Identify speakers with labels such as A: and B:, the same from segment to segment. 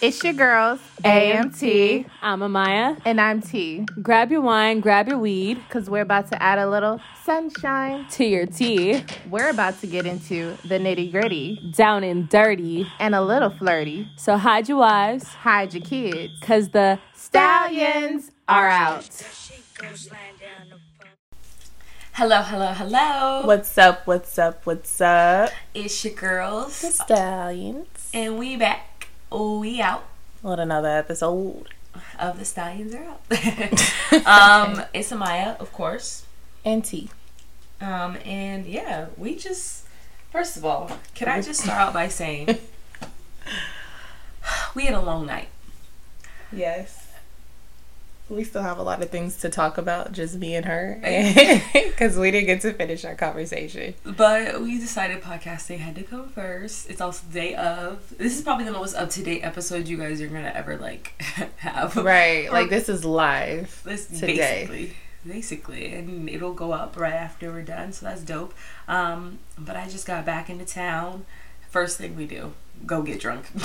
A: It's your girls, AMT,
B: I'm Amaya.
A: and I'm T,
B: Grab your wine, grab your weed
A: because we're about to add a little sunshine.
B: to your tea.
A: We're about to get into the nitty gritty
B: Down and dirty.
A: and a little flirty.
B: So hide your wives,
A: Hide your kids.
B: cause the
A: Stallions are out.
C: Hello, hello, hello.
D: What's up? What's up? What's up?
C: It's your girls.
D: Stallions.
C: And we back. We out
D: What another episode?
C: of the Stallions are out. um, it's Amaya, of course.
D: And tea.
C: Um, and yeah, we just first of all, can I just start out by saying we had a long night.
D: Yes. We still have a lot of things to talk about, just me and her, because we didn't get to finish our conversation.
C: But we decided podcasting had to come first. It's also day of. This is probably the most up to date episode you guys are gonna ever like have.
D: Right,
C: like,
D: like this is live.
C: This
D: today.
C: basically, basically, and it'll go up right after we're done. So that's dope. Um, but I just got back into town. First thing we do, go get drunk.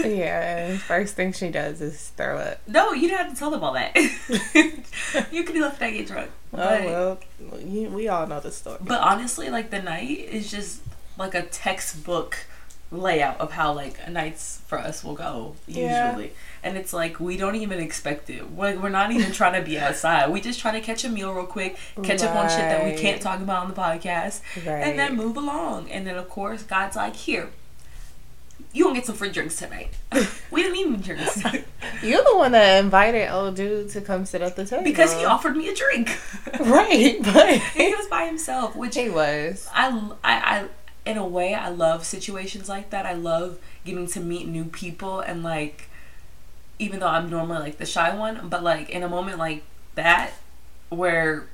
D: Yeah, first thing she does is throw up.
C: no, you don't have to tell them all that. you can let that get drunk. But,
D: Oh well, you- we all know the story.
C: but honestly, like the night is just like a textbook layout of how like nights for us will go usually
D: Yeah.
C: and it's like we don't even expect it we're, we're not even trying to be outside we just trying to catch a meal real quick catch up on shit that we
D: Right.
C: can't talk about on the podcast and then move along. And then of course God's like, here, you gonna get some free drinks tonight. we didn't even drinks
D: You're the one that invited old dude to come sit at the table
C: because he offered me a drink.
D: right, but
C: he was by himself, which I,
D: he was
C: I, I, in a way, I love situations like that. I love getting to meet new people and like, even though I'm normally like the shy one, but like in a moment like that where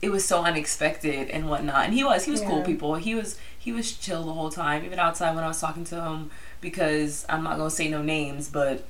C: it was so unexpected and whatnot. And he was, he was cool
D: Yeah.
C: people. He was, he was chill the whole time, even outside when I was talking to him because I'm not gonna say no names, but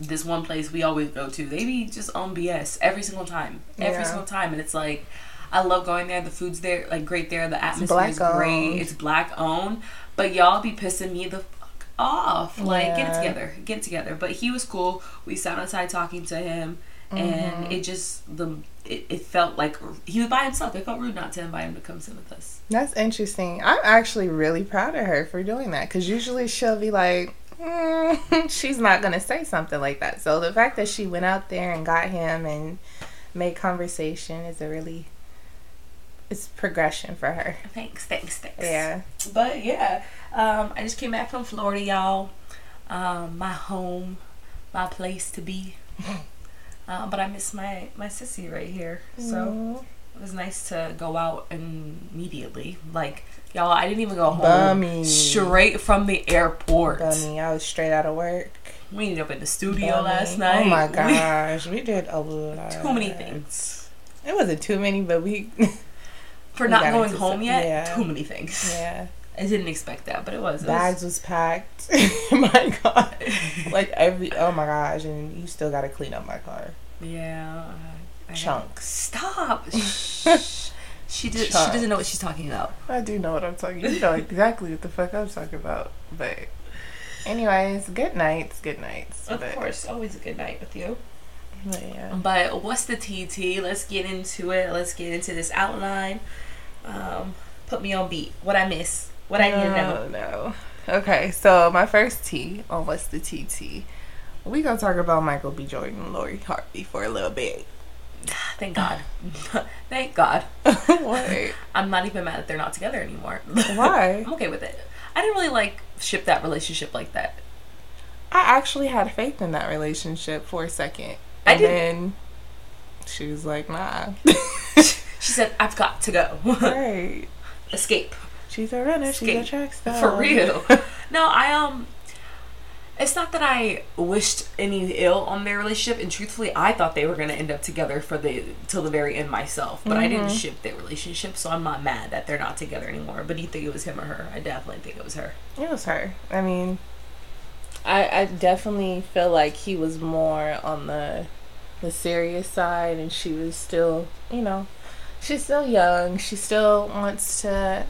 C: this one place we always go to, they be just on BS every single time, every
D: Yeah.
C: single time, and it's like. I love going there. The food's there, like great there. The atmosphere is
D: black
C: great.
D: owned.
C: It's black owned, but y'all be pissing me the fuck off. Like get it
D: Yeah.
C: together, get it together. But he was cool. We sat outside talking to him,
D: Mm-hmm.
C: and it just the it, it felt like he was by himself. It felt rude not to invite him to come sit with us.
D: That's interesting. I'm actually really proud of her for doing that because usually she'll be like, mm, she's not going to say something like that. So the fact that she went out there and got him and made conversation is a really, it's progression for her.
C: Thanks, thanks, thanks.
D: Yeah.
C: But yeah, um, I just came back from Florida, y'all. Um, my home, my place to be. Uh, but I miss my my sissy right here, so it was nice to go out immediately. Like y'all, I didn't even go home.
D: Bummy.
C: Straight from the airport.
D: Bummy, I was straight out of work.
C: We ended up in the studio
D: Bummy.
C: last night.
D: Oh my
C: We-
D: gosh, we did a lot.
C: too many things
D: It wasn't too many, but we,
C: for
D: We
C: not
D: got
C: going
D: into
C: home
D: some-
C: yet.
D: yeah.
C: Too many things.
D: yeah.
C: I didn't expect that, but it was. It was
D: bags was packed. my God, like every oh my gosh, and you still got to clean up my car.
C: yeah. I- I-
D: Chunks.
C: Stop. Shh. she did. She
D: Child.
C: doesn't know what she's talking about.
D: I do know what I'm talking. You know exactly what the fuck I'm talking about. But anyways, good nights, good nights. but,
C: always a good night with you.
D: but yeah,
C: But what's the TT? Let's get into it. Let's get into this outline. Um, put me on beat. What I miss. What I need to know.
D: no, no. Okay, so my first T on what's the TT. We gonna talk about Michael B. Jordan, and Lori Harvey for a little bit.
C: Thank God. Thank God.
D: what?
C: I'm not even mad that they're not together anymore.
D: Why?
C: I'm okay with it. I didn't really like ship that relationship like that.
D: I actually had faith in that relationship for a second.
C: I
D: And
C: did-
D: then she was like, nah.
C: She said, "I've got to go,
D: right.
C: escape."
D: She's a runner.
C: Skate.
D: She's a track star.
C: For real. No, I um it's not that I wished any ill on their relationship and truthfully I thought they were gonna end up together for the till the very end myself. But I didn't ship their relationship, so I'm not mad that they're not together anymore. But do you think it was him or her? I definitely think it was her.
D: It was her. I mean, I, I definitely feel like he was more on the the serious side, and she was still, you know, she's still young. She still wants to,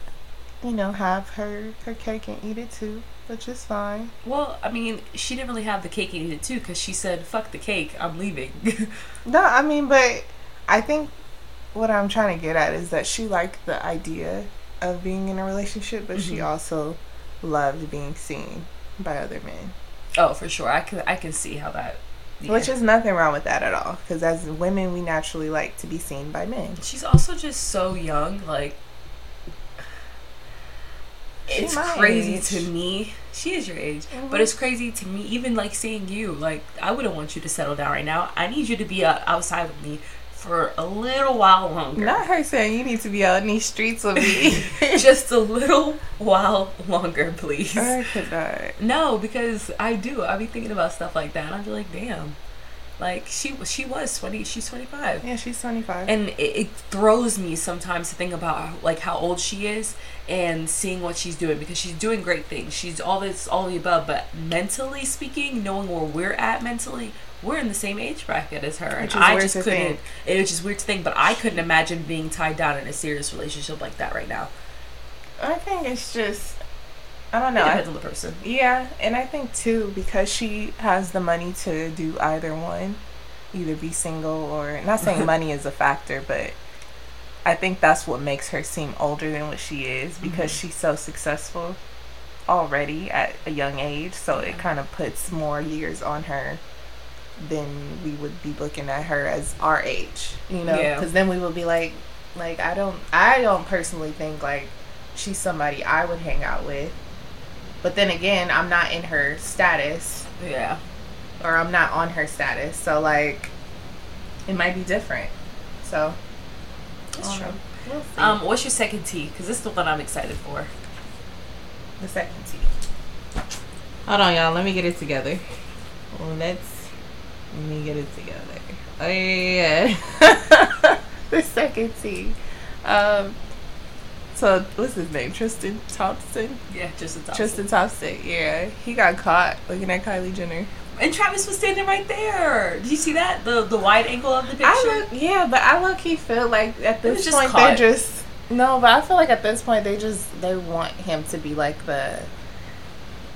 D: you know, have her her cake and eat it too. which is fine.
C: Well, I mean, she didn't really have the cake and eat it too because she said, fuck the cake, I'm leaving.
D: No, I mean, but I think what I'm trying to get at is that she liked the idea of being in a relationship, but she also loved being seen by other men,
C: oh, for sure. I can, I can see how that. yeah.
D: which is nothing wrong with that at all. Because as women, we naturally like to be seen by men.
C: She's also just so young. Like,
D: She
C: it's
D: my
C: crazy
D: age. Mm-hmm.
C: to me. She is your age, but it's crazy to me. Even like seeing you, like I wouldn't want you to settle down right now. I need you to be uh, outside with me for a little while longer.
D: Not her saying you need to be out in these streets with me.
C: just a little while longer, please.
D: I could not.
C: No, because I do. I be thinking about stuff like that, and I be like, damn. Like she she was twenty. She's twenty five.
D: Yeah, she's 25.
C: and it, it throws me sometimes to think about like how old she is and seeing what she's doing because she's doing great things she's all this all the above but mentally speaking knowing where we're at mentally we're in the same age bracket as her and
D: Which is
C: i
D: weird
C: just
D: to
C: couldn't
D: think.
C: it was just weird to think but i couldn't imagine being tied down in a serious relationship like that right now
D: I think it's just, I don't know.
C: it
D: I
C: depends on the person
D: Yeah, and I think too because she has the money to do either one, either be single or not saying money is a factor, but I think that's what makes her seem older than what she is because she's so successful already at a young age, so it kind of puts more years on her than we would be looking at her as our age, you know,
C: Yeah.
D: cuz then we would be like like I don't I don't personally think like she's somebody I would hang out with. But then again, I'm not in her status
C: yeah
D: or I'm not on her status. So like it might be different. So
C: that's true
D: we'll see.
C: um what's your second tea because this is the one i'm excited for
D: the second tea. Hold on y'all, let me get it together. Let's let me get it together. Oh yeah. the second tea. Um so what's his name? Tristan Thompson.
C: yeah just a
D: Tristan Thompson, yeah. He got caught looking at Kylie Jenner.
C: and travis was standing right there did you see that the the wide angle of the picture
D: I look, yeah, but I look. He feel like at
C: It was
D: this
C: just
D: point
C: caught.
D: they just no, but I feel like at this point they just they want him to be like the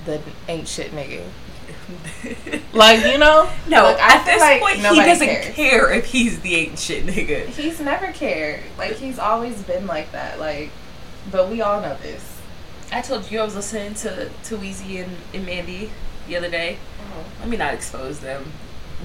D: the ain't shit nigga. Like you know,
C: No,
D: Like, I
C: at
D: feel
C: this
D: like
C: point, he
D: nobody
C: doesn't
D: cares.
C: care if he's the ain't shit nigga.
D: he's never cared. Like he's always been like that. Like, but we all know this.
C: I told you I was listening to, to Weezy and, and Mandy the other day.
D: Uh-huh.
C: Let me not expose them,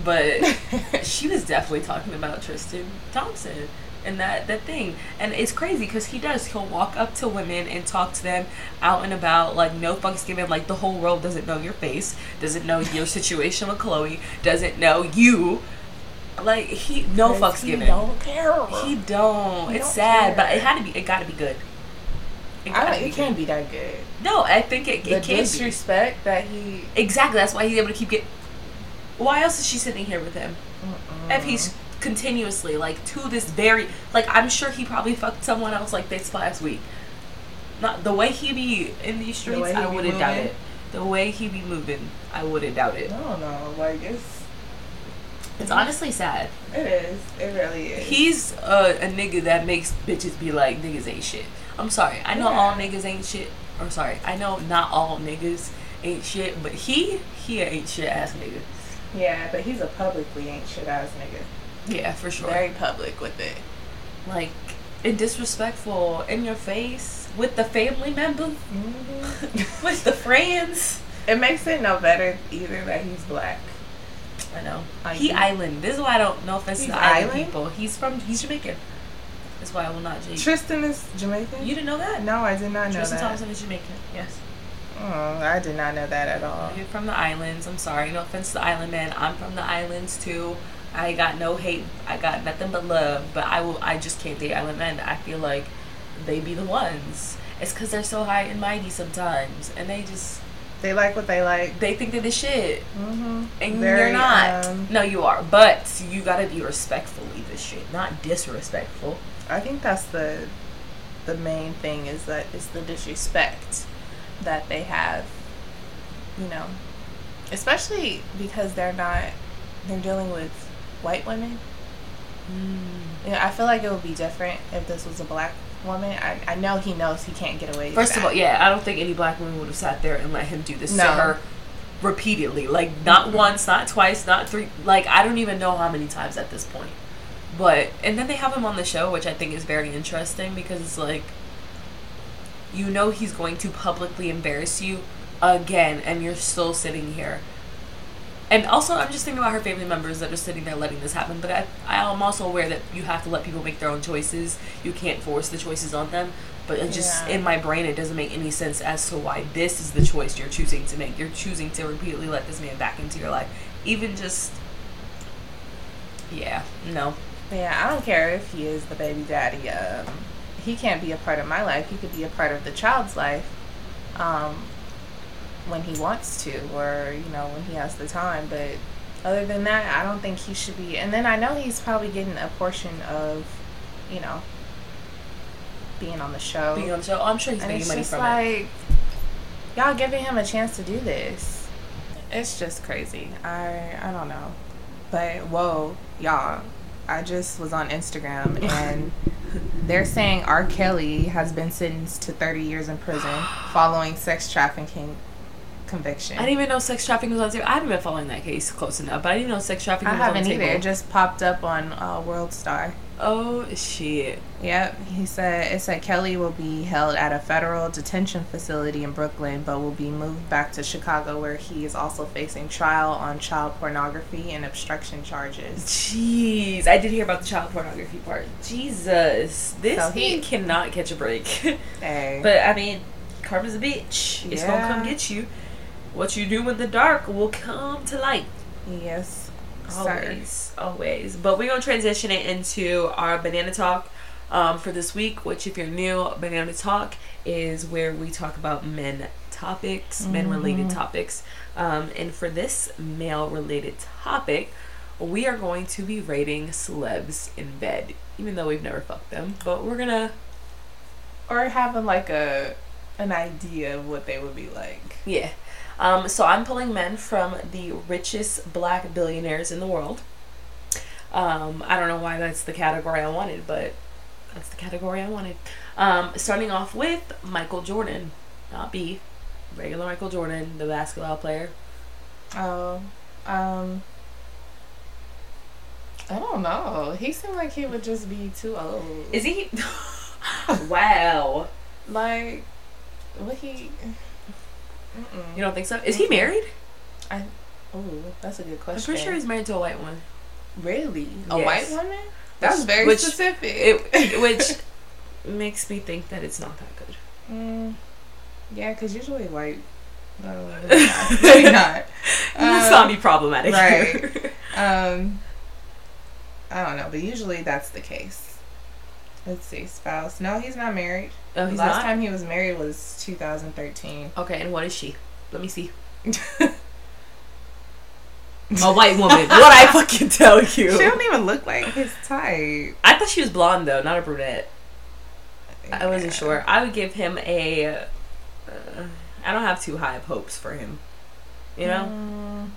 C: but she was definitely talking about Tristan Thompson and that, that thing. And it's crazy because he does. He'll walk up to women and talk to them out and about, like no fucks given. Like the whole world doesn't know your face, doesn't know your situation with Chloe, doesn't know you. Like he, no fucks
D: He
C: given.
D: don't care.
C: He don't.
D: He
C: it's
D: don't
C: sad, but
D: care.
C: it had to be. It got to be good. It,
D: I
C: gotta
D: don't,
C: be
D: it can't be that good.
C: good. No, I think it,
D: The
C: it can be.
D: disrespect that he.
C: Exactly. That's why he's able to keep get. Why else is she sitting here with him? If he's
D: Mm-hmm.
C: continuously like to this very like I'm sure he probably fucked someone else like this last week. Not the way he be in these
D: The
C: streets.
D: way he
C: I
D: be
C: wouldn't doubt
D: moving?
C: it. The way he be moving, I wouldn't doubt it.
D: I don't know. Like it's.
C: It's honestly sad.
D: It is. It really is.
C: He's a, a nigga that makes bitches be like niggas ain't shit. I'm sorry. I know
D: Yeah.
C: all niggas ain't shit. I'm sorry. I know not all niggas ain't shit, but he he a ain't shit ass nigga.
D: Yeah, but he's a publicly ain't shit ass nigga.
C: Yeah, for sure.
D: Very public with it.
C: Like and disrespectful in your face with the family member, with the friends.
D: Mm-hmm. It makes it no better either that he's black.
C: I know.
D: I
C: he
D: do.
C: island. This is why I don't know if it's
D: He's
C: the island,
D: island?
C: people. He's from he's Jamaican. That's why I will not jade.
D: Tristan is Jamaican.
C: Mm. You didn't know that?
D: no, I did not know
C: Tristan
D: that.
C: Thompson is Jamaican. Yes.
D: Oh, I did not know that at all.
C: You're from the islands. I'm sorry. No offense to the island man. I'm from the islands too. I got no hate. I got nothing but love. But I will. I just can't date island men. I feel like they be the ones. It's because they're so high and mighty sometimes, and they just
D: They like what they like.
C: they think they're the shit,
D: Mm-hmm.
C: and
D: Very,
C: you're not.
D: um,
C: no, you are. But you gotta be respectfully the shit, not disrespectful.
D: I think that's the the main thing is that it's the disrespect that they have, you know, especially because they're not they're dealing with
C: Mm.
D: white women. You know, I feel like it would be different if this was a black woman, I, I know he knows he can't get away. with
C: First of
D: that.
C: all, yeah, I don't think any black woman would have sat there and let him do this to
D: No.
C: her repeatedly. Like not once, not twice, not three. Like I don't even know how many times at this point. But and then they have him on the show, which I think is very interesting because it's like you know he's going to publicly embarrass you again, and you're still sitting here. And also, I'm just thinking about her family members that are sitting there letting this happen. But I, I'm also aware that you have to let people make their own choices. You can't force the choices on them. But it just
D: Yeah.
C: in my brain, it doesn't make any sense as to why this is the choice you're choosing to make. You're choosing to repeatedly let this man back into your life, even just. Yeah, no.
D: yeah, I don't care if he is the baby daddy. Um, he can't be a part of my life. He could be a part of the child's life, um, when he wants to, or you know, when he has the time. But other than that, I don't think he should be. And then I know he's probably getting a portion of, you know, being on the show.
C: Being on the show, Oh, I'm sure he's
D: and
C: making
D: it's
C: money
D: just
C: from it.
D: like y'all giving him a chance to do this it's just crazy i i don't know but whoa y'all i just was on instagram and they're saying r kelly has been sentenced to 30 years in prison following sex trafficking conviction
C: I didn't even know sex trafficking was on the table. I haven't been following that case close enough, but I didn't even know sex trafficking
D: I
C: was on
D: haven't
C: the
D: either
C: table.
D: it just popped up on uh, world star
C: Oh shit.
D: Yep, he said it said Kelly will be held at a federal detention facility in Brooklyn, but will be moved back to Chicago, where he is also facing trial on child pornography and obstruction charges.
C: Jeez, I did hear about the child pornography part. Jesus, this
D: So he-
C: man cannot catch a break.
D: Hey,
C: but I mean, karma's a bitch. It's gonna come
D: Yeah.
C: get you. What you do in the dark will come to light.
D: yes, sir.
C: Always, always. But we're gonna transition it into our banana talk um, for this week. Which, if you're new, banana talk is where we talk about men topics, men related topics. Um, and for this male related topic, we are going to be rating celebs in bed, even though we've never fucked them. But we're gonna,
D: Or having like a an idea of what they would be like.
C: yeah. Um, so I'm pulling men from the richest black billionaires in the world. Um, I don't know why that's the category I wanted, but that's the category I wanted. Um, starting off with Michael Jordan, not B, regular Michael Jordan, the basketball player.
D: Oh, um, I don't know. He seemed like he would just be too old.
C: Is he? wow,
D: like what he?
C: you don't think so? Is he married?
D: Oh, that's a good question.
C: I'm pretty sure he's married to a white one.
D: Really? A
C: Yes.
D: white woman? That's
C: Which-
D: very
C: which-
D: specific.
C: It, which makes me think that it's not that good.
D: Mm, yeah, because usually white. No, maybe not. Um,
C: Let's not be problematic.
D: right. Um, I don't know, but usually that's the case. Let's see, spouse. No, he's not married.
C: oh, he's
D: Last
C: not.
D: time he was married was 2013.
C: Okay, and what is she? Let me see. A white woman. what I fucking tell you.
D: She don't even look like his type.
C: I thought she was blonde though, not a brunette. I wasn't sure. I would give him a. Uh, I don't have too high of hopes for him. You know,
D: Mm,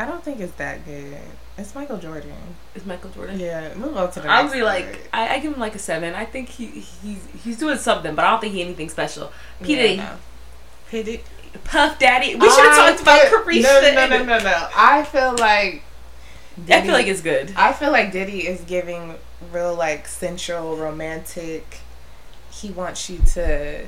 D: I don't think it's that good. It's Michael Jordan.
C: it's Michael Jordan.
D: Yeah, move on to the
C: I would
D: next
C: be
D: word.
C: like, I, I give him like a seven. I think he he's he's doing something, but I don't think he anything special. P Diddy,
D: Yeah, no. P. Diddy.
C: Puff Daddy. We should have
D: I
C: talked about
D: feel-
C: Carisha.
D: No, no, no, no, no. I feel like
C: I feel like it's good.
D: I feel like Diddy is giving real like sensual, romantic. He wants you to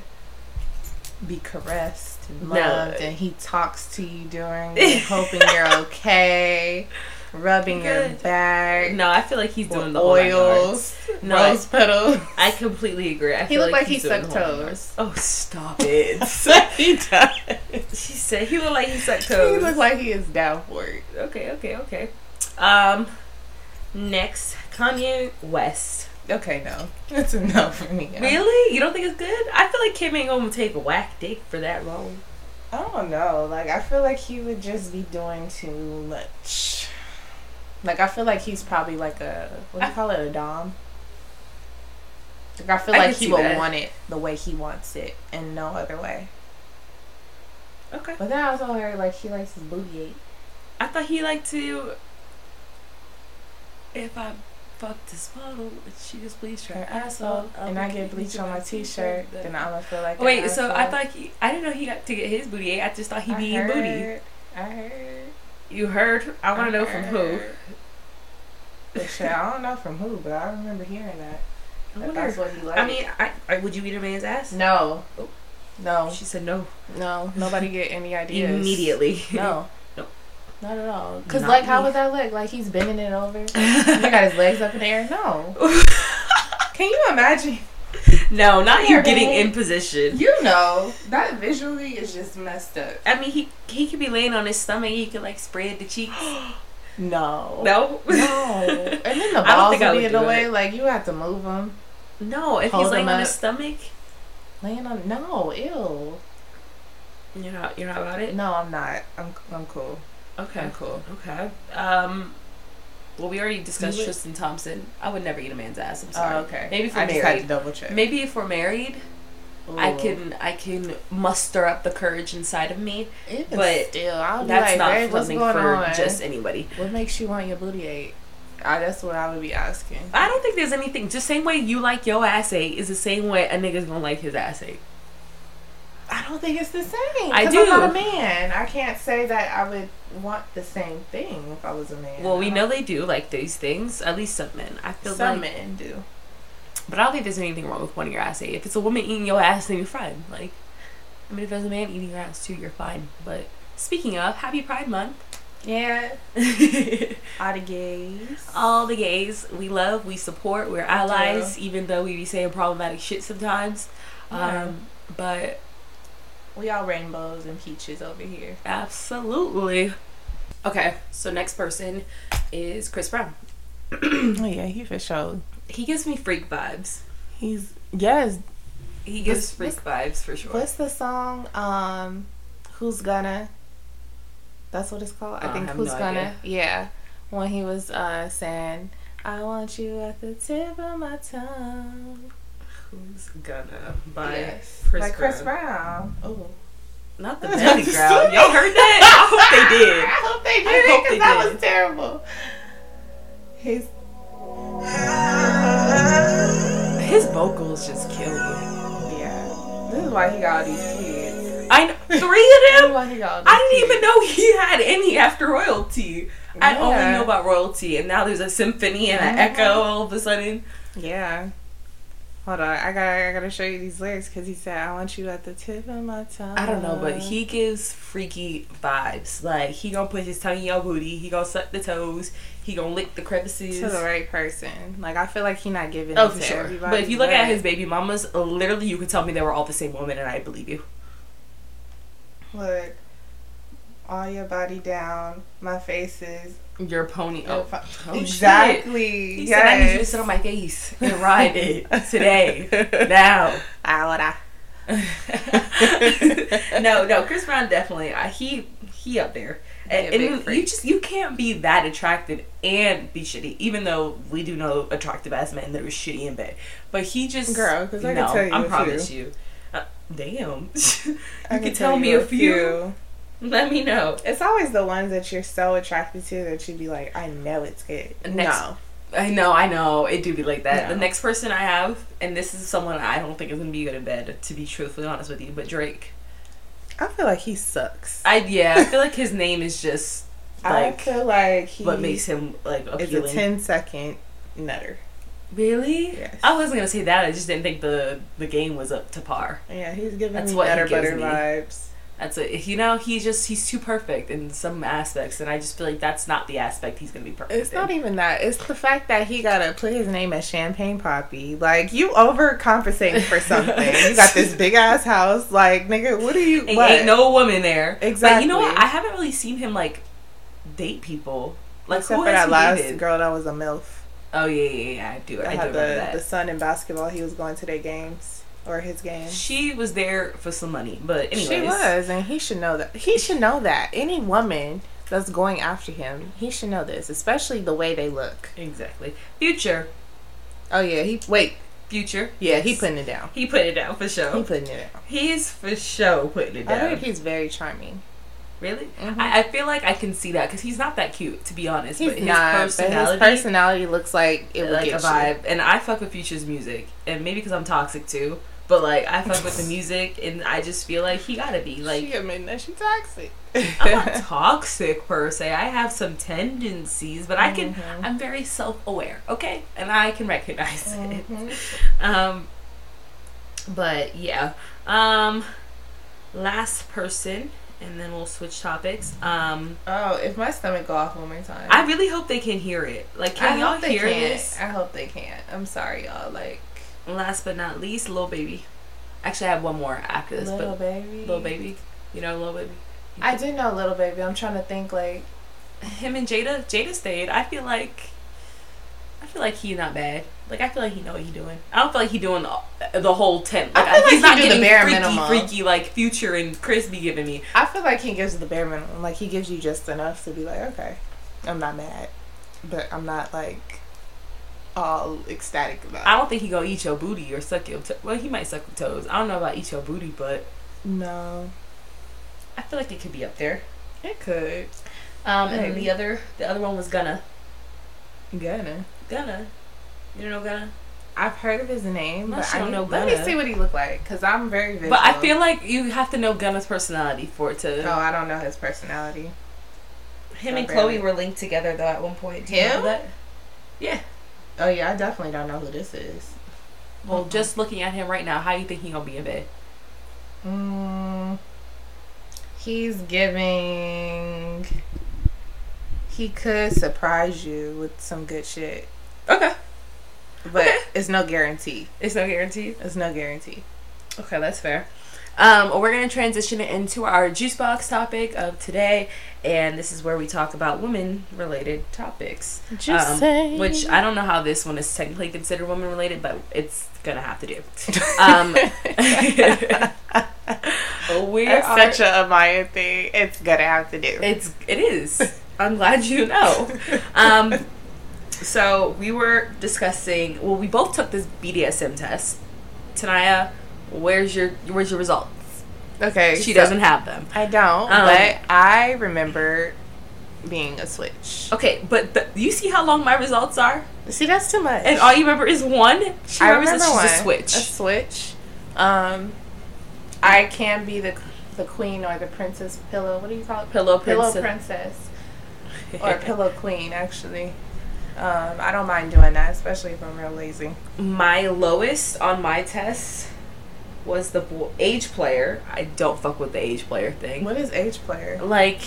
D: be caressed and
C: No.
D: loved, and he talks to you during, it, hoping you're okay, rubbing your
C: Good.
D: back,
C: No, I feel like he's
D: with
C: doing the whole nine yards.
D: oils,
C: No, I-
D: rose petals.
C: I completely agree. I
D: He
C: feel
D: looked like he
C: he's doing
D: sucked
C: the whole nine
D: toes.
C: yards. Oh, stop it!
D: he does.
C: she said he looked like he sucked
D: He
C: toes.
D: looks like he is down for it.
C: okay, okay, okay. Um, next, Kanye West.
D: Okay, no, that's enough for me. I'm
C: Really? You don't think it's good? I feel like Kim ain't gonna take a whack dick for that long.
D: I don't know. Like I feel like he would just be doing too much. Like I feel like he's probably like a what do you call it a dom. Like I feel
C: I
D: like
C: could
D: he
C: see
D: will
C: that.
D: want it the way he wants it and no other way.
C: Okay.
D: But then I also heard like he likes his booty.
C: I thought he liked to. If I fuck this bottle. And she gets bleached her
D: Her
C: ass off.
D: and I get bleach on my t-shirt, then I'm gonna feel like. an
C: Wait, so I
D: asshole.
C: thought he, I didn't know he got to get his booty ate. I just thought he
D: I
C: be eating
D: heard,
C: booty.
D: I heard.
C: You heard? I want to know from who.
D: heard. But shit, I don't know from who, but I remember hearing that.
C: I,
D: that
C: wonder
D: that's
C: if-
D: what he liked.
C: I mean, I, I, would you eat a man's ass?
D: no, no,
C: She said no
D: no. Nobody get any ideas
C: immediately.
D: No.
C: Nope.
D: Not at all. Cause
C: Not
D: like, how
C: me.
D: would that look? Like he's bending it over. he got his legs up in the air. No. Can you imagine?
C: no, not you
D: Yeah,
C: getting
D: babe.
C: in position.
D: You know that visually is just messed up.
C: I mean, he he could be laying on his stomach. He could like spread the cheeks.
D: No.
C: no,
D: No. And then the
C: I don't
D: balls
C: think I
D: will
C: would
D: be in the
C: do
D: way.
C: it.
D: Like you have to move them.
C: no. If
D: Hold
C: he's laying
D: him
C: on
D: up.
C: his stomach,
D: Laying on. No. Ew.
C: you're not you're not about it.
D: No, I'm not. I'm. I'm cool.
C: Okay,
D: I'm cool.
C: okay. Um, well, we already discussed
D: You would-
C: Tristan Thompson. I would never eat a man's ass. I'm
D: Oh,
C: sorry.
D: okay.
C: Maybe if
D: I
C: we're
D: just had
C: married.
D: to double check.
C: Maybe if we're married, I
D: Ooh.
C: can I can muster up the courage inside of me.
D: Even
C: but
D: still, I'll be
C: That's
D: like,
C: not
D: "Babe, what's
C: fleming
D: going
C: for
D: on?
C: just anybody.
D: what makes you want your booty ate? I, that's what I would be asking.
C: I don't think there's anything. Just same way you like your ass ate is the same way a nigga's gonna like his ass ate.
D: I don't think it's the same.
C: I
D: 'cause
C: do.
D: I'm not a man. I can't say that I would want the same thing if I was a man.
C: Well, we
D: I
C: know
D: don't-
C: they do like these things. At least some men. I feel
D: some
C: like,
D: men do.
C: but I don't think there's anything wrong with wanting your ass ate. If it's a woman eating your ass, then you're fine. Like, I mean, if there's a man eating your ass too, you're fine. But speaking of, happy Pride Month.
D: Yeah, Uh, out of gays.
C: All the gays we love, we support, we're allies, even though we be saying problematic shit sometimes.
D: Yeah.
C: Um, but
D: We all rainbows and peaches over here.
C: absolutely. Okay, so next person is Chris Brown.
D: oh yeah, he for sure.
C: He gives me freak vibes.
D: He's yes.
C: He gives
D: What's-
C: freak vibes for sure.
D: What's the song? Um, who's gonna? That's what it's called. I
C: I
D: think
C: have
D: who's
C: no
D: gonna?
C: idea.
D: Yeah, when he was uh saying, "I want you at the tip of my tongue."
C: Who's gonna by
D: Yes.
C: Chris,
D: like Chris
C: Brown.
D: Brown. Ooh.
C: Not the belly ground. Y'all heard that? I hope they did.
D: I hope they did
C: I
D: it
C: hope
D: because
C: they
D: that
C: did.
D: was terrible. His
C: His vocals just kill me.
D: yeah. This is why he got all these kids.
C: I know, three
D: This
C: of
D: is
C: them.
D: why he got all these
C: I didn't even know he had any after royalty. I only
D: Yeah.
C: knew about royalty, and now there's a symphony and an
D: Mhm.
C: echo all of a sudden.
D: even. Yeah. Hold on, I gotta, I gotta show you these lyrics because he said, "I want you at the tip of my tongue."
C: I don't know, but he gives freaky vibes. Like he gonna put his tongue in your booty. He gonna suck the toes. He gonna lick the crevices.
D: to the right person. Like I feel like he not giving.
C: Oh,
D: it
C: for
D: to
C: sure.
D: Everybody,
C: But if you look at his baby mamas, uh, literally, you could tell me they were all the same woman, and I believe you.
D: look, all your body down, my face is
C: Your pony. Oh, oh, shit.
D: exactly.
C: He said, "I need you to
D: yes.
C: sit on my face and ride it today, now."
D: Ahora.
C: no, no, Chris Brown definitely. I, he he up there, and,
D: Yeah, big
C: and you
D: freak.
C: just you can't be that attractive and be shitty. Even though we do know attractive ass men that are shitty in bed, but he just
D: Girl, 'cause I can
C: no,
D: tell you
C: I
D: a
C: promise you. Uh, damn, you
D: I
C: can tell, me
D: you
C: a few. Let me know.
D: It's always the ones that you're so attracted to that you'd be like, I know it's good.
C: Next-
D: No.
C: I know, I know. It do be like that. The
D: No.
C: next person I have, and this is someone I don't think is gonna be good in bed, to be truthfully honest with you, but Drake.
D: I feel like he sucks.
C: I yeah, I feel like his name is just
D: I
C: like
D: feel like he
C: what makes him like
D: is a
C: appealing.
D: 10 second nutter.
C: really?
D: Yes.
C: I wasn't gonna say that. I just didn't think the the game was up to par.
D: Yeah, he's giving
C: That's
D: me
C: what he
D: nutter
C: gives
D: butter
C: me.
D: vibes.
C: That's it. You know, he's just he's too perfect in some aspects, and I just feel like that's not the aspect he's gonna be perfect.
D: It's not
C: in.
D: even that. It's the fact that he gotta put his name as Champagne Poppy. Like you overcompensating for something. you got this big ass house. Like nigga, what are you?
C: Ain't,
D: what?
C: ain't no woman there. But you know what?
D: Exactly.
C: I haven't really seen him like date people. Like
D: Except
C: who
D: for
C: has
D: that
C: he
D: last
C: dated?
D: girl that was a milf.
C: Oh yeah, yeah, yeah. I do. I
D: that
C: do
D: had
C: remember
D: the,
C: that.
D: the son in basketball. He was going to their games or his games.
C: She was there for some money, but anyways,
D: She was, and he should know that. He should know that. Any woman that's going after him, he should know this, especially the way they look.
C: exactly. Future,
D: Oh yeah, he wait.
C: future.
D: Yeah, he putting it down.
C: He put it down for
D: He
C: show.
D: putting it down.
C: He's for show putting it
D: I heard
C: down.
D: he's very charming.
C: Really? I, I feel like I can see that because he's not that cute, to be honest.
D: Mm-hmm.
C: but
D: He's
C: his
D: not,
C: personality,
D: but his personality looks like it would
C: like a
D: get
C: vibe. And I fuck with Future's music, and maybe because I'm toxic too. But like, I fuck with the music, and I just feel like he gotta be
D: Like, Oh,
C: like.
D: she admitting that she toxic.
C: I'm not toxic per se. I have some tendencies, but I can.
D: Mm-hmm.
C: I'm very self-aware, okay, and I can recognize
D: Mhm.
C: it. Um, but yeah. Um, last person, and then we'll switch topics. Um,
D: Oh, if my stomach go off one more time.
C: I really hope they can hear it. Like, can
D: I
C: y'all
D: hope they
C: hear
D: can't.
C: this?
D: I hope they can't. I'm sorry, y'all. Like
C: Last but not least, little baby. Actually, I have one more after this,
D: little
C: but
D: baby.
C: little baby. You know, little baby.
D: I do know little baby. I'm trying to think like
C: him and Jada Jada stayed. I feel like I feel like he not bad. Like I feel like he know what he doing. I don't feel like he doing the, the whole tent.
D: I
C: Like,
D: feel like
C: he's
D: he
C: not
D: do the
C: getting
D: bare
C: freaky,
D: minimum.
C: freaky like Future and Chris be giving me.
D: I feel like he gives the bare minimum. Like he gives you just enough to be like, okay, I'm not mad, but I'm not like all ecstatic about.
C: I
D: It.
C: don't think he gonna eat your booty or suck your. To- well, he might suck your toes. I don't know about eat your booty, but
D: No,
C: I feel like it could be up there.
D: it could.
C: Um, and then
D: Maybe.
C: the other the other one was gonna
D: Gunna.
C: gonna. You don't know gonna.
D: I've heard of his name,
C: Unless
D: but
C: you
D: I
C: don't
D: know
C: know
D: let me
C: Gunna.
D: see what he looked like because I'm very visual.
C: But I feel like you have to know Gunna's personality for it to.
D: no, I don't know his personality.
C: him and
D: Not
C: Chloe
D: really.
C: were linked together though at one point. Do you
D: Him?
C: know that?
D: Oh yeah, I definitely don't know who this is.
C: Well, just looking at him right now, how you think he gonna be in bed?
D: Mm, he's giving. He could surprise you with some good shit,
C: Okay,
D: but it's no guarantee.
C: it's no guarantee.
D: It's no guarantee.
C: Okay, that's fair. Um, we're gonna transition into our juice box topic of today, and this is where we talk about women-related topics, um, which I don't know how this one is technically considered women-related, but it's gonna have to do. Um, Oh, we
D: That's
C: are.
D: such a Amaya thing. It's gonna have to do.
C: It's it is. I'm glad you know. Um, so we were discussing. Well, we both took this BDSM test. Tanaya, where's your where's your results?
D: okay,
C: She
D: so-
C: doesn't have them.
D: I don't.
C: Um,
D: but I remember being a switch.
C: Okay, but the, you see how long my results are,
D: See, that's too much.
C: and all you remember is one. She
D: I
C: remembers
D: remember
C: that she's
D: one.
C: a switch.
D: A switch. Um, I can be the the queen or the princess pillow. What do you call it?
C: Pillow
D: Pillow
C: princess.
D: princess or pillow queen. Actually, um, I don't mind doing that, especially if I'm real lazy.
C: my lowest on my test was the bo- age player. I don't fuck with the age player thing.
D: What is age player?
C: Like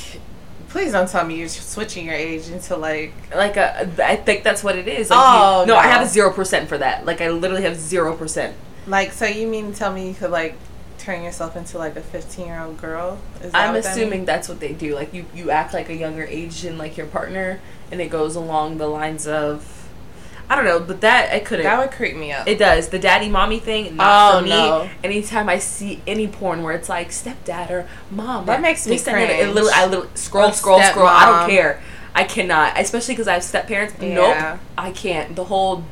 D: Please don't tell me you're switching your age into like.
C: like a, I think that's what it is. Like you-
D: Oh,
C: no, I have
D: no.
C: a zero percent for that. Like I literally have zero percent.
D: Like, so you mean to tell me you could like turn yourself into like a 15 year old girl? Is that
C: I'm
D: what that
C: assuming
D: means?
C: that's what they do. Like you, you act like a younger age than like your partner, and it goes along the lines of, I don't know, but that I couldn't.
D: that would creep me up.
C: it does the daddy mommy thing. Not
D: Oh,
C: for me.
D: no.
C: Anytime I see any porn where it's like stepdad or mom,
D: That
C: or
D: makes me
C: this and that, it
D: cringe.
C: literally- I literally scroll,
D: Or
C: scroll, scroll. I
D: stepmom.
C: don't care. I cannot, especially because I have step parents.
D: Yeah.
C: Nope, I can't. The whole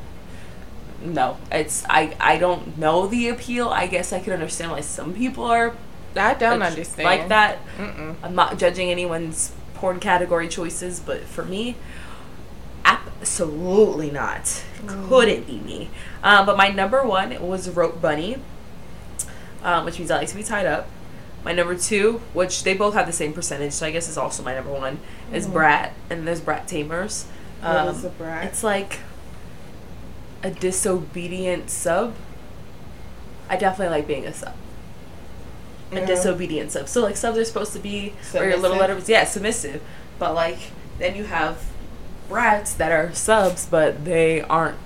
C: no, it's I. I don't know the appeal. I guess I can understand why some people are
D: I don't
C: like-
D: understand
C: like that.
D: Mm-mm.
C: I'm not judging anyone's porn category choices, but for me, absolutely not. Couldn't be me. Um, but my number one was rope bunny, um, which means I like to be tied up. My number two, which they both have the same percentage, so I guess is also my number one, is brat, and there's brat tamers.
D: Mm-hmm.
C: Um,
D: What is a brat?
C: It's like a disobedient sub. I definitely like being a sub a
D: Yeah.
C: disobedient sub. So like subs are supposed to be or your
D: Submissive?
C: little letter yeah, submissive. But like then you have brats that are subs but they aren't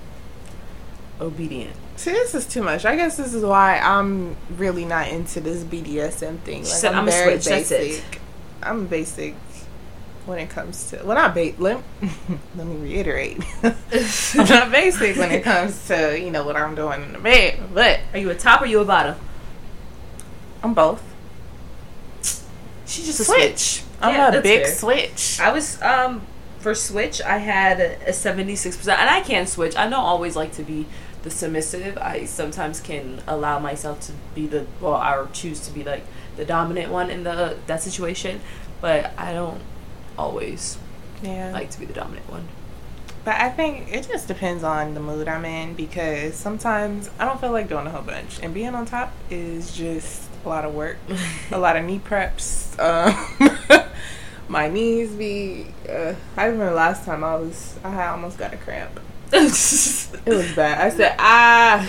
C: obedient.
D: See, this is too much. I guess this is why I'm really not into this BDSM thing.
C: She said, "I'm a switch, that's it."
D: I'm basic when it comes to when I ba- let, let me reiterate. I'm not basic when it comes to you know what I'm doing in the bed, but
C: Are you a top or you a bottom?
D: I'm both.
C: She's just a
D: Switch.
C: switch.
D: I'm
C: Yeah,
D: a
C: that's
D: big
C: fair.
D: switch.
C: I was um for switch I had a 76% and I can switch. I don't always like to be the submissive. I sometimes can allow myself to be the well I choose to be like the dominant one in the that situation. but I don't always
D: Yeah.
C: like to be the dominant one.
D: But I think it just depends on the mood I'm in because sometimes I don't feel like doing a whole bunch, and being on top is just a lot of work, a lot of knee preps. Um, my knees be. Uh, I remember last time I was. I had almost got a cramp. It was bad. I said ah.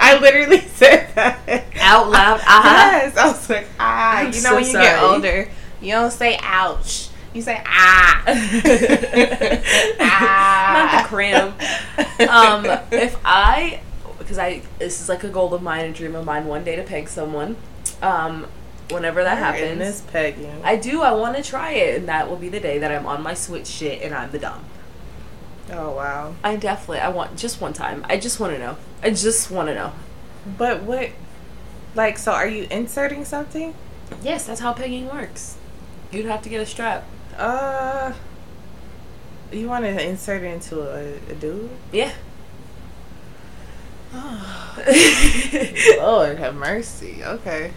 D: I literally said that.
C: Out loud, ah.
D: Yes, I was like ah.
C: I'm
D: you know
C: so
D: when you get
C: sorry.
D: older, you don't say ouch. You say ah.
C: Not the cramp. um, if I, because I, this is like a goal of mine, a dream of mine, one day to peg someone. Um, whenever that happens,
D: Miss Peggy.
C: I do. I want to try it, and that will be the day that I'm on my switch shit and I'm the dumb.
D: oh wow.
C: I definitely. I want just one time. I just want to know. I just want to know.
D: But what? Like, so are you inserting something?
C: Yes, that's how pegging works. You'd have to get a strap.
D: Uh, you want to insert it into a, a dude?
C: Yeah. Um,
D: Lord have mercy. Okay.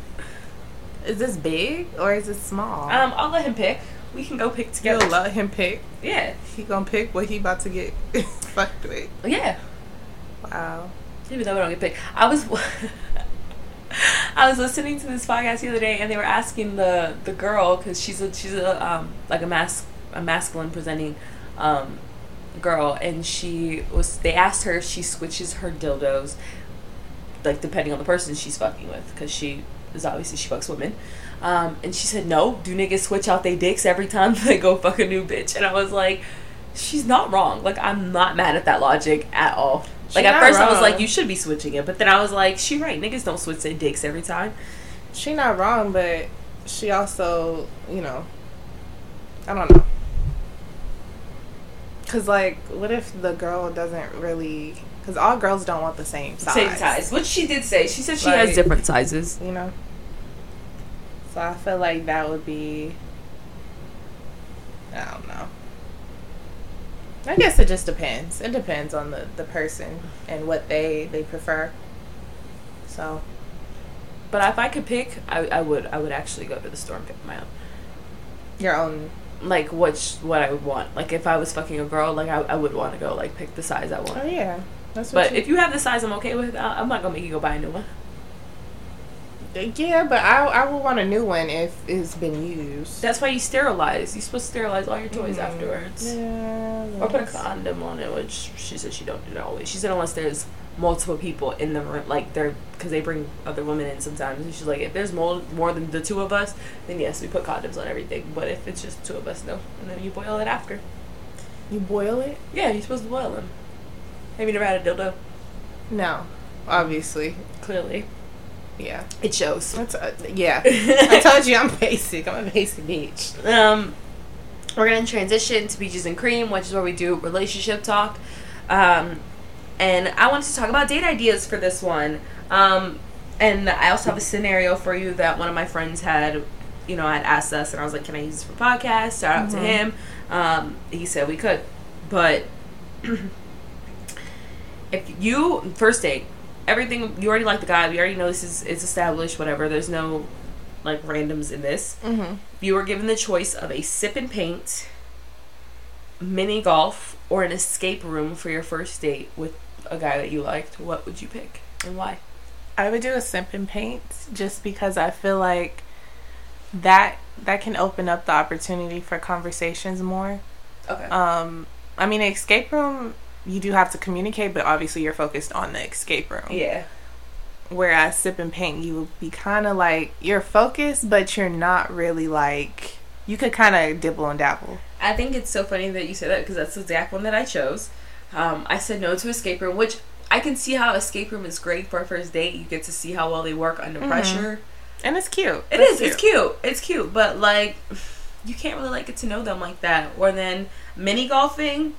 D: Is this big or is it small?
C: um, I'll let him pick. We can go pick
D: You'll
C: together.
D: let him pick.
C: yeah.
D: He gonna pick what he about to get fucked with.
C: Yeah.
D: Wow.
C: Even though I don't get picked. I was I was listening to this podcast the other day and they were asking the the girl cuz she's a she's a um like a mas a masculine presenting um girl and she was they asked her if she switches her dildos like depending on the person she's fucking with cuz she is obviously she fucks women. Um, and she said, "No, do niggas switch out they dicks every time they go fuck a new bitch?" And I was like, "She's not wrong. Like I'm not mad at that logic at all.
D: She
C: Like at
D: not
C: first I was
D: wrong.
C: like, you should be switching it, but then I was like, she right. Niggas don't switch their dicks every time.
D: She not wrong, but she also, you know, I don't know. Cause like, what if the girl doesn't really? Cause all girls don't want the same size.
C: Same size, which she did say. She said she
D: Like-
C: has different sizes.
D: You know. So I feel like that would be. I don't know. I guess it just depends. It depends on the the person and what they they prefer. So
C: But if I could pick, I, I would. I would actually go to the store and pick my own.
D: your own.
C: Like what sh- what I would want. Like if I was fucking a girl, like I, I would want to go like pick the size I want.
D: Oh yeah, that's what.
C: But if you have the size I'm okay with, I- I'm not gonna make you go buy a new one.
D: Yeah, but I I would want a new one if it's been used.
C: That's why you sterilize. You're supposed to sterilize all your toys afterwards.
D: Mm-hmm. Yeah.
C: Or put a
D: that's-
C: condom on it, which she said she don't do that always. She said unless there's multiple people in the room, like they're because they bring other women in sometimes. And she's like, if there's more more than the two of us, then yes, we put condoms on everything. But if it's just two of us, no. And then you boil it after.
D: You boil it?
C: Yeah, you're supposed to boil them. Have you never had a dildo?
D: No, obviously.
C: Clearly,
D: Yeah.
C: it shows.
D: That's uh, yeah. I told you I'm basic. I'm a basic bitch.
C: um, we're gonna transition to peaches and cream, which is where we do relationship talk. Um, and I wanted to talk about date ideas for this one. Um, and I also have a scenario for you that one of my friends had, you know, had asked us, and I was like, "Can I use this for podcast?" Shout out to him. Um, he said we could, but if you first date, everything you already like the guy, you already know this is it's established, whatever. There's no like randoms in this.
D: Mhm.
C: You are given the choice of a sip and paint, mini golf, or an escape room for your first date with a guy that you liked. What would you pick and why?
D: I would do a simp and paint just because I feel like that that can open up the opportunity for conversations more.
C: Okay.
D: Um, I mean, escape room. You do have to communicate, but obviously you're focused on the escape room.
C: yeah.
D: whereas sip and paint you would be kind of like you're focused but you're not really like you could kind of dibble and dabble
C: I think it's so funny that you say that because that's the exact one that I chose. Um, I said no to escape room, which I can see how escape room is great for a first date. You get to see how well they work under pressure.
D: and it's cute
C: It
D: It's
C: is. It's
D: cute.
C: cute. It's cute, but like, you can't really like get to know them like that. Or then mini golfing.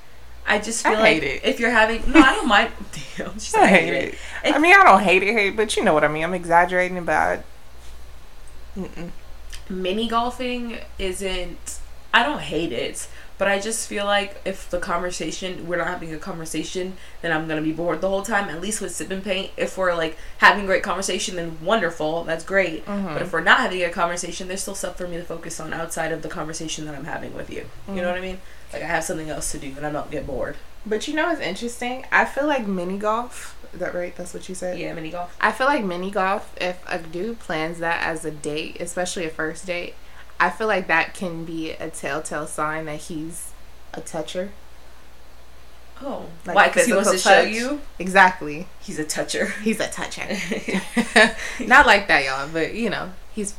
C: I just
D: I
C: feel like
D: hate it.
C: if you're having no, I don't mind. Damn, she said,
D: i hate it i mean i don't hate it hate but you know what i mean i'm exaggerating but I, mm-mm.
C: Mini golfing isn't. I don't hate it, But I just feel like if the conversation we're not having a conversation, then I'm gonna be bored the whole time. At least with sip and paint, if we're like having great conversation, then wonderful, that's great.
D: Mm-hmm.
C: But if we're not having a conversation, there's still stuff for me to focus on outside of the conversation that I'm having with you. You
D: Mm-hmm.
C: know what I mean? Like I have something else to do, and I don't get bored.
D: But you know what's interesting? I feel like mini golf. Is that right? That's what you said?
C: Yeah, mini golf.
D: I feel like mini golf, if a dude plans that as a date, especially a first date, I feel like that can be a telltale sign that he's a toucher.
C: Oh,
D: Like
C: why? Because he wants to
D: physical
C: show
D: touch.
C: you
D: Exactly.
C: he's a toucher.
D: He's a toucher. Not like that, y'all, but you know, he's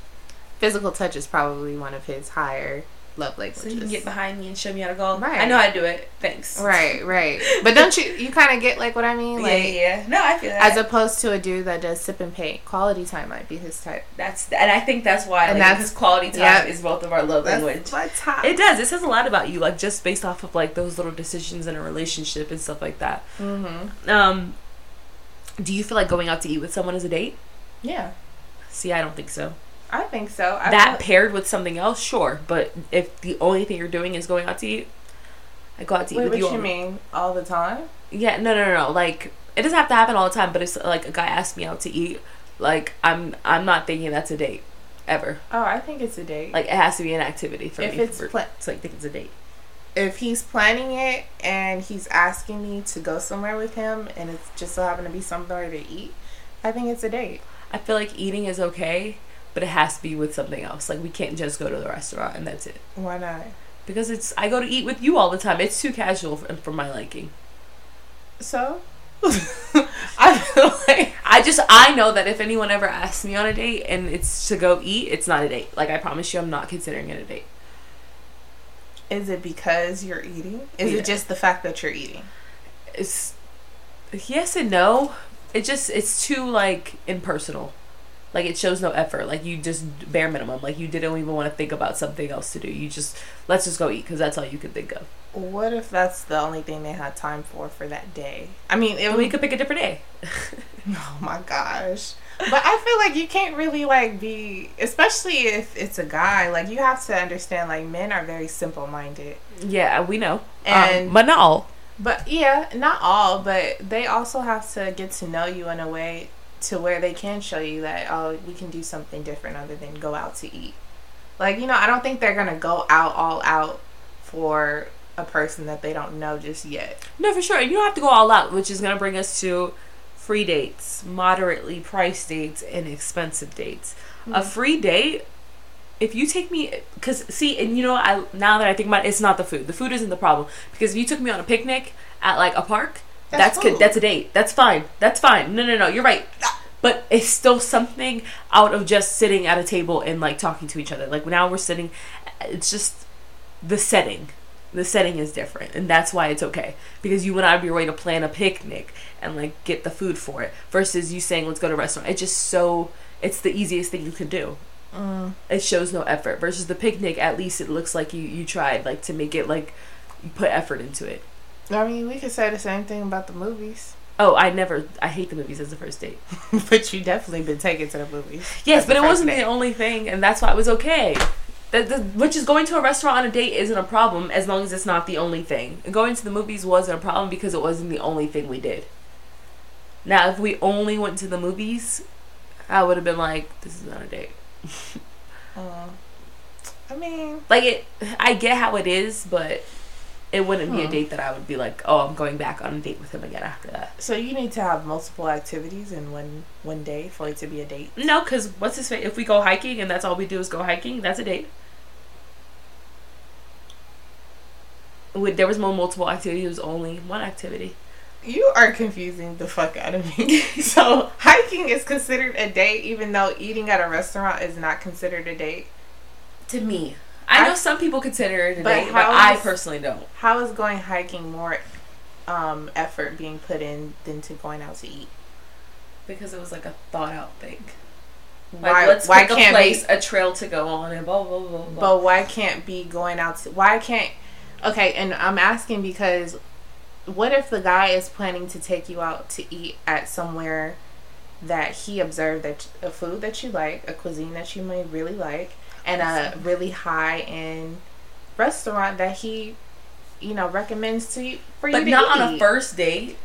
D: physical touch is probably one of his higher love languages.
C: So you can get behind me and show me how to golf.
D: Right.
C: I know I do it. Thanks.
D: right, right. But don't you you kind of get like what I mean? Like
C: yeah, yeah. No, I feel that.
D: as opposed to a dude that does sip and paint, quality time might be his type.
C: that's and I think that's why.
D: And
C: And
D: that's-
C: that's quality time
D: yeah.
C: is both of our love language.
D: my type.
C: It does. It says a lot about you, like just based off of like those little decisions in a relationship and stuff like that.
D: mm-hmm.
C: Um, do you feel like going out to eat with someone is a date?
D: Yeah.
C: See, I don't think so.
D: I think so. I
C: that paired with something else, sure. But if the only thing you're doing is going out to eat, I go out to eat
D: feel, wait,
C: with
D: what
C: you.
D: you
C: all-
D: mean all the time?
C: Yeah, no, no, no, no. Like it doesn't have to happen all the time, but it's like a guy asked me out to eat. Like I'm, I'm not thinking that's a date, ever.
D: Oh, I think it's a date.
C: Like it has to be an activity for
D: if
C: me.
D: it's
C: for-
D: pla-
C: so I think it's a date.
D: if he's planning it and he's asking me to go somewhere with him, and it's just so happened to be somewhere to eat, I think it's a date.
C: I feel like eating is okay, but it has to be with something else. Like we can't just go to the restaurant and that's it.
D: Why not?
C: Because it's I go to eat with you all the time. It's too casual for, for my liking.
D: So, I feel like
C: I just I know that if anyone ever asks me on a date and it's to go eat, it's not a date. Like I promise you, I'm not considering it a date.
D: is it because you're eating? Is
C: Yeah.
D: it just the fact that you're eating?
C: it's yes and no. It just it's too like impersonal. Like it shows no effort. Like you just bare minimum. Like you didn't even want to think about something else to do. You just let's just go eat because that's all you could think of.
D: What if that's the only thing they had time for for that day? I mean, it
C: And
D: would
C: we could pick a different day.
D: Oh my gosh. But I feel like you can't really like be especially if it's a guy, like you have to understand like men are very simple minded.
C: Yeah, we know.
D: And-
C: um, but not all.
D: But yeah, not all, but they also have to get to know you in a way to where they can show you that oh, we can do something different other than go out to eat. Like, you know, I don't think they're going to go out all out for a person that they don't know just yet.
C: No, for sure. And you don't have to go all out, which is gonna bring us to free dates, moderately priced dates, and expensive dates. A free date, if you take me, because see, and you know, I now that I think about it, it's not the food. The food isn't the problem because if you took me on a picnic at like a park,
D: That's
C: that's,
D: food.
C: good. That's a date. That's fine. That's fine. No, no, no. You're right. But it's still something out of just sitting at a table and like talking to each other. Like now we're sitting, it's just the setting the setting is different and that's why it's okay because you went out of your way to plan a picnic and like get the food for it versus you saying let's go to a restaurant it's just so it's the easiest thing you can do it shows no effort versus the picnic at least it looks like you you tried like to make it like you put effort into it
D: I mean, we could say the same thing about the movies.
C: oh i never i hate the movies as a first date
D: but you definitely been taken to the movies.
C: yes
D: As a
C: but it
D: first
C: wasn't
D: date.
C: the only thing and that's why it was okay that, that, which is going to a restaurant on a date isn't a problem as long as it's not the only thing. Going to the movies wasn't a problem because it wasn't the only thing we did. Now, if we only went to the movies, I would have been like, "This is not a date."
D: Um, I mean,
C: Like it, I get how it is, but it wouldn't be a
D: Hmm.
C: date that I would be like, "Oh, I'm going back on a date with him again after that."
D: so you need to have multiple activities in one one day for it to be a date.
C: No, because what's his face? If we go hiking and that's all we do is go hiking, that's a date. Wait, there was no multiple activity. It was only one activity.
D: You are confusing the fuck out of me. so hiking is considered a date, even though eating at a restaurant is not considered a date.
C: To me, I,
D: I-
C: know some people consider it a
D: But
C: date, but
D: how
C: I
D: is-
C: personally don't.
D: How is going hiking more um, effort being put in than to going out to eat?
C: Because it was like a thought out thing. Like,
D: Why?
C: let's
D: why
C: pick a
D: can't
C: place,
D: we?
C: a trail to go on, and blah blah blah blah.
D: But why can't be going out to? Why can't? Okay, and I'm asking because what if the guy is planning to take you out to eat at somewhere that he observed that a food that you like, a cuisine that you may really like, and a really high end restaurant that he you know, recommends to you for you
C: But
D: to
C: not on
D: eat.
C: a first date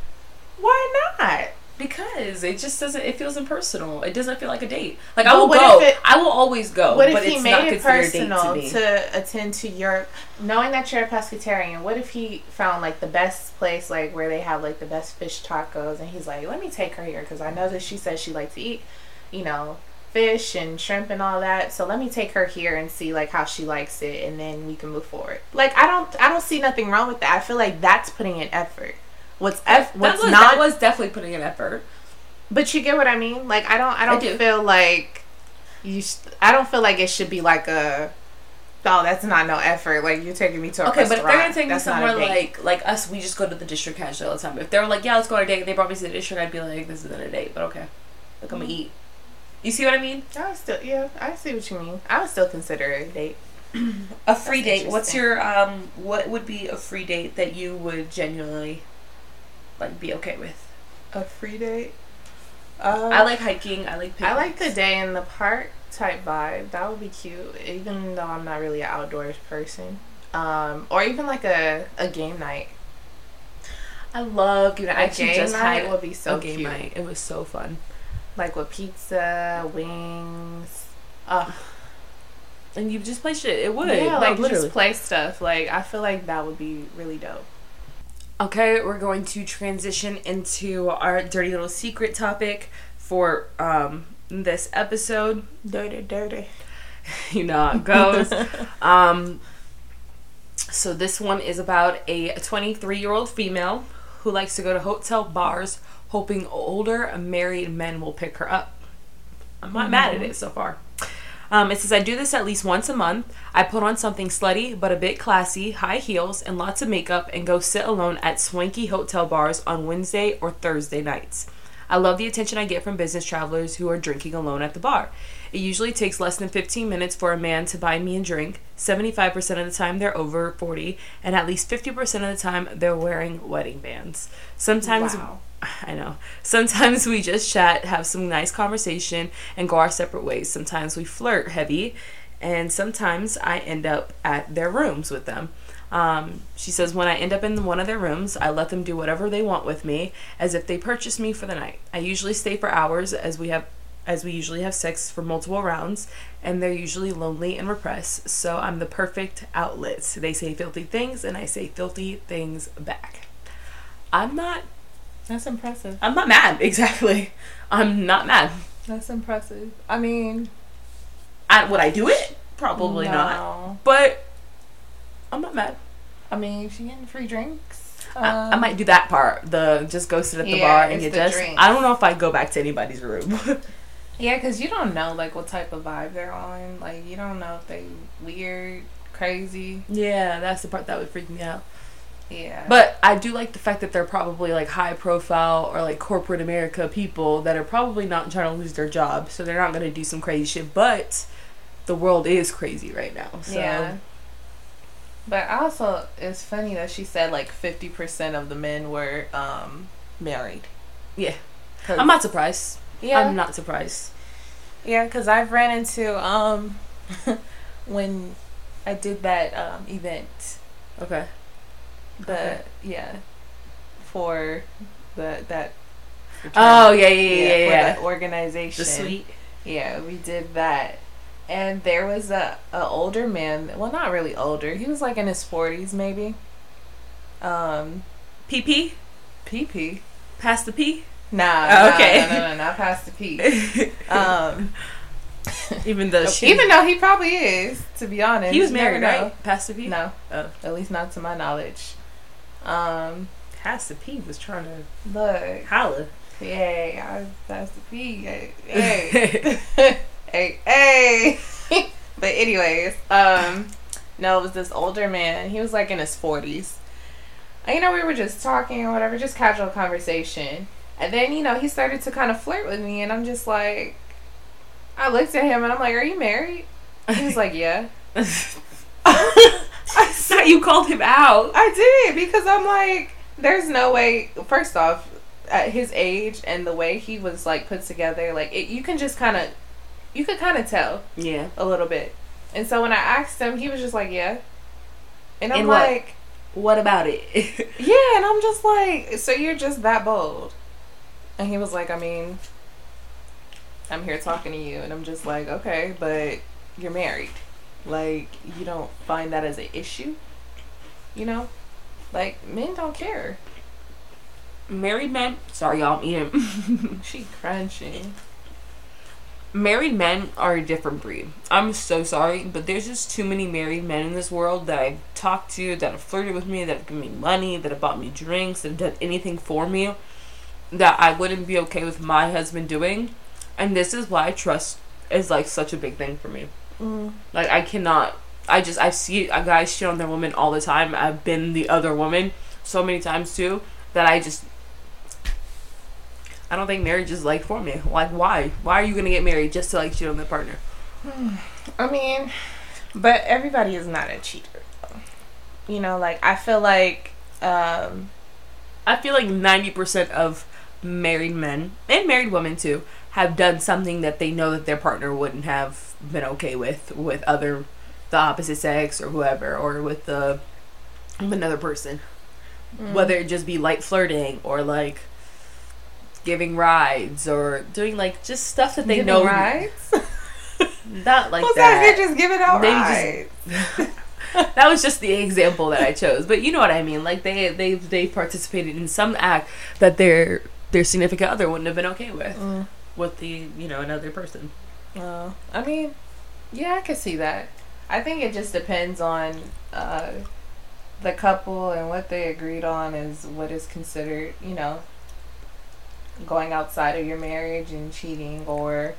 D: Why not?
C: because it just doesn't. It feels impersonal. It doesn't feel like a date. Like I
D: But
C: will
D: what
C: go.
D: if it-
C: I will always go.
D: What if
C: but
D: he
C: it's not
D: made it
C: considered a date
D: personal
C: to me.
D: to, attend to your knowing that you're a pescatarian? What if he found like the best place, like where they have like the best fish tacos, and he's like, "Let me take her here because I know that she says she likes to eat, you know, fish and shrimp and all that. So let me take her here and see like how she likes it, and then we can move forward." Like I don't, I don't see nothing wrong with that. I feel like that's putting in effort. What's eff-
C: that
D: what's
C: was
D: not?
C: that was definitely putting in effort.
D: But you get what I mean. Like I don't. I don't
C: do.
D: feel like you. Sh- I don't feel like it should be like a. Oh, that's not no effort. Like you're taking me to a
C: Okay, but if they're gonna
D: restaurant.
C: take me
D: That's not a
C: somewhere
D: date.
C: like like us, we just go to the district casually all the time. If they were like, yeah, let's go on a date, and they brought me to the district, I'd be like, this isn't a date, but okay, like I'm gonna eat. You see what I mean?
D: I would still, yeah, I see what you mean. I would still consider it a date.
C: A free
D: That's
C: date. What's
D: interesting.
C: your um? What would be a free date that you would genuinely like be okay with?
D: A free date. Uh,
C: I like hiking. Um, I like.
D: I like the
C: picnics.
D: day in the park type vibe. That would be cute, even though I'm not really an outdoors person. Um, or even like a, a game night.
C: I love giving. I
D: A
C: actually
D: game
C: just Oh,
D: night
C: had
D: would be so
C: a game
D: cute.
C: night. It was so fun.
D: Like with pizza, wings. Ugh.
C: And you just play shit. It would.
D: Yeah, like,
C: literally.
D: just play stuff. Like I feel like that would be really dope.
C: Okay, we're going to transition into our dirty little secret topic for um, this episode.
D: Dirty, dirty.
C: You know how it goes. um, so, this one is about a 23 year old female who likes to go to hotel bars hoping older married men will pick her up. I'm not mad
D: Mm-hmm.
C: at it so far. Um, it says, I do this at least once a month. I put on something slutty but a bit classy, high heels, and lots of makeup, and go sit alone at swanky hotel bars on Wednesday or Thursday nights. I love the attention I get from business travelers who are drinking alone at the bar. It usually takes less than 15 minutes for a man to buy me a drink. 75% of the time they're over 40, and at least 50% of the time they're wearing wedding bands. Sometimes
D: Wow.
C: I know. Sometimes we just chat, have some nice conversation, and go our separate ways. Sometimes we flirt heavy, and sometimes I end up at their rooms with them. Um, she says, when I end up in one of their rooms, I let them do whatever they want with me, as if they purchased me for the night. I usually stay for hours, as we have, as we usually have sex for multiple rounds, and they're usually lonely and repressed. So I'm the perfect outlet. They say filthy things, and I say filthy things back. I'm not
D: That's impressive.
C: I'm not mad, exactly. I'm not mad.
D: That's impressive. I mean,
C: I, would I do it? Probably not. But I'm not mad.
D: I mean, if she getting free drinks, um,
C: I, I might do that part. The just go sit at Um, the
D: Yeah,
C: bar and
D: it's
C: get
D: the
C: just.
D: drinks.
C: I don't know if I go back to anybody's room.
D: Yeah, because you don't know like what type of vibe they're on. Like you don't know if they weird, crazy.
C: yeah, that's the part that would freak me out.
D: Yeah.
C: But I do like the fact that they're probably like high profile or like corporate America people that are probably not trying to lose their job, so they're not gonna do some crazy shit. But the world is crazy right now. So
D: yeah. But also, it's funny that she said like fifty percent of the men were um married.
C: Yeah.
D: 'Cause-
C: I'm not surprised.
D: Yeah.
C: I'm not surprised.
D: Yeah, because I've ran into um when I did that um event.
C: Okay.
D: The
C: Okay.
D: yeah for the that.
C: Oh yeah, yeah, yeah, yeah.
D: for
C: yeah.
D: that organization. Yeah, we did that, and there was a a older man. Well, not really older. He was like in his forties, maybe. Um,
C: PP.
D: PP.
C: Pass the P.
D: Nah,
C: Oh,
D: nah,
C: okay.
D: no, no, no, not past the P. Um,
C: even though she,
D: even though he probably is, to be honest,
C: he was
D: you never
C: married,
D: know.
C: right? Pass the P.
D: No,
C: Oh.
D: at least not to my knowledge. Um,
C: Pass the P was trying to
D: look,
C: holler.
D: yay, I passed the P. Hey, hey, hey, hey. but anyways, um, no, it was this older man. He was like in his forties. And, you know, we were just talking or whatever, just casual conversation. And then you know he started to kind of flirt with me, and I'm just like, I looked at him and I'm like, "Are you married?" He was like, "Yeah."
C: I thought you called him out.
D: I did because I'm like, there's no way. First off, at his age and the way he was like put together, like it, you can just kind of, you could kind of tell
C: Yeah.
D: a little bit. And so when I asked him, he was just like, yeah. And I'm
C: In what?
D: like,
C: what about it?
D: Yeah, and I'm just like, so you're just that bold. And he was like, I mean, I'm here talking to you. And I'm just like, okay, but you're married. Like, you don't find that as an issue? You know? Like, men don't care.
C: married men, sorry y'all, I'm eating.
D: She crunching.
C: married men are a different breed. I'm so sorry, but there's just too many married men in this world that I've talked to, that have flirted with me, that have given me money, that have bought me drinks, that have done anything for me that I wouldn't be okay with my husband doing. And this is why trust is like such a big thing for me. Like I cannot. I just I see a guy shit on their woman all the time. I've been the other woman so many times too that I just I don't think marriage is like for me. Like why? Why are you gonna get married just to like shit on the partner?
D: I mean, but everybody is not a cheater. You know, like, I feel like, um,
C: I feel like ninety percent of married men and married women too have done something that they know that their partner wouldn't have been okay with with other the opposite sex or whoever or with the with another person.
D: Mm.
C: Whether it just be like flirting or like giving rides or doing like just stuff that they
D: giving
C: know
D: rides?
C: not like
D: What's that?
C: that.
D: They just giving out
C: They just-
D: rides.
C: that was just the example that I chose, but you know what I mean. Like they they they participated in some act that their their significant other wouldn't have been okay with
D: Mm.
C: with the you know another person.
D: Oh, I mean, yeah, I could see that. I think it just depends on uh, the couple and what they agreed on is what is considered, you know, going outside of your marriage and cheating or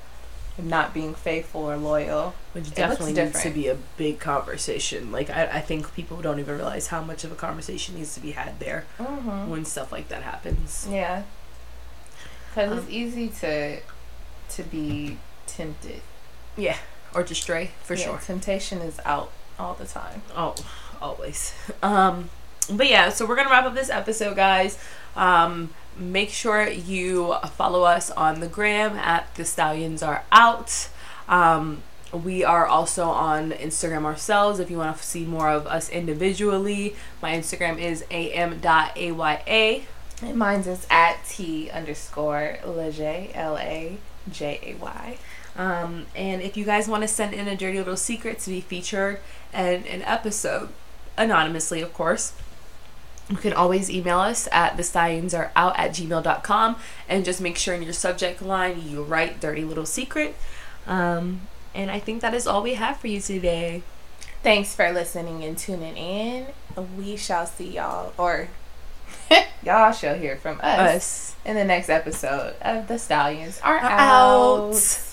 D: not being faithful or loyal.
C: Which
D: looks
C: definitely needs to
D: different.
C: be a big conversation. Like I, I think people don't even realize how much of a conversation needs to be had there
D: Mm-hmm.
C: when stuff like that happens.
D: Yeah, because
C: Um,
D: it's easy to to be tempted.
C: Or to stray, for
D: Yeah,
C: sure.
D: temptation is out all the time.
C: Oh, always. Um, but yeah, so we're gonna wrap up this episode, guys. Um, make sure you follow us on the gram at the stallions are out. Um, we are also on Instagram ourselves if you want to see more of us individually. My Instagram is am.aya.
D: And mine's is at T underscore Leger, L A J A Y.
C: Um, and if you guys want to send in a dirty little secret to be featured in an episode, anonymously, of course, you can always email us at the stallions are out at gmail.com and just make sure in your subject line you write dirty little secret. Um, and I think that is all we have for you today.
D: Thanks for listening and tuning in. We shall see y'all, or y'all shall hear from us,
C: Us.
D: in the next episode of The Stallions Are,
C: Are
D: out.
C: out.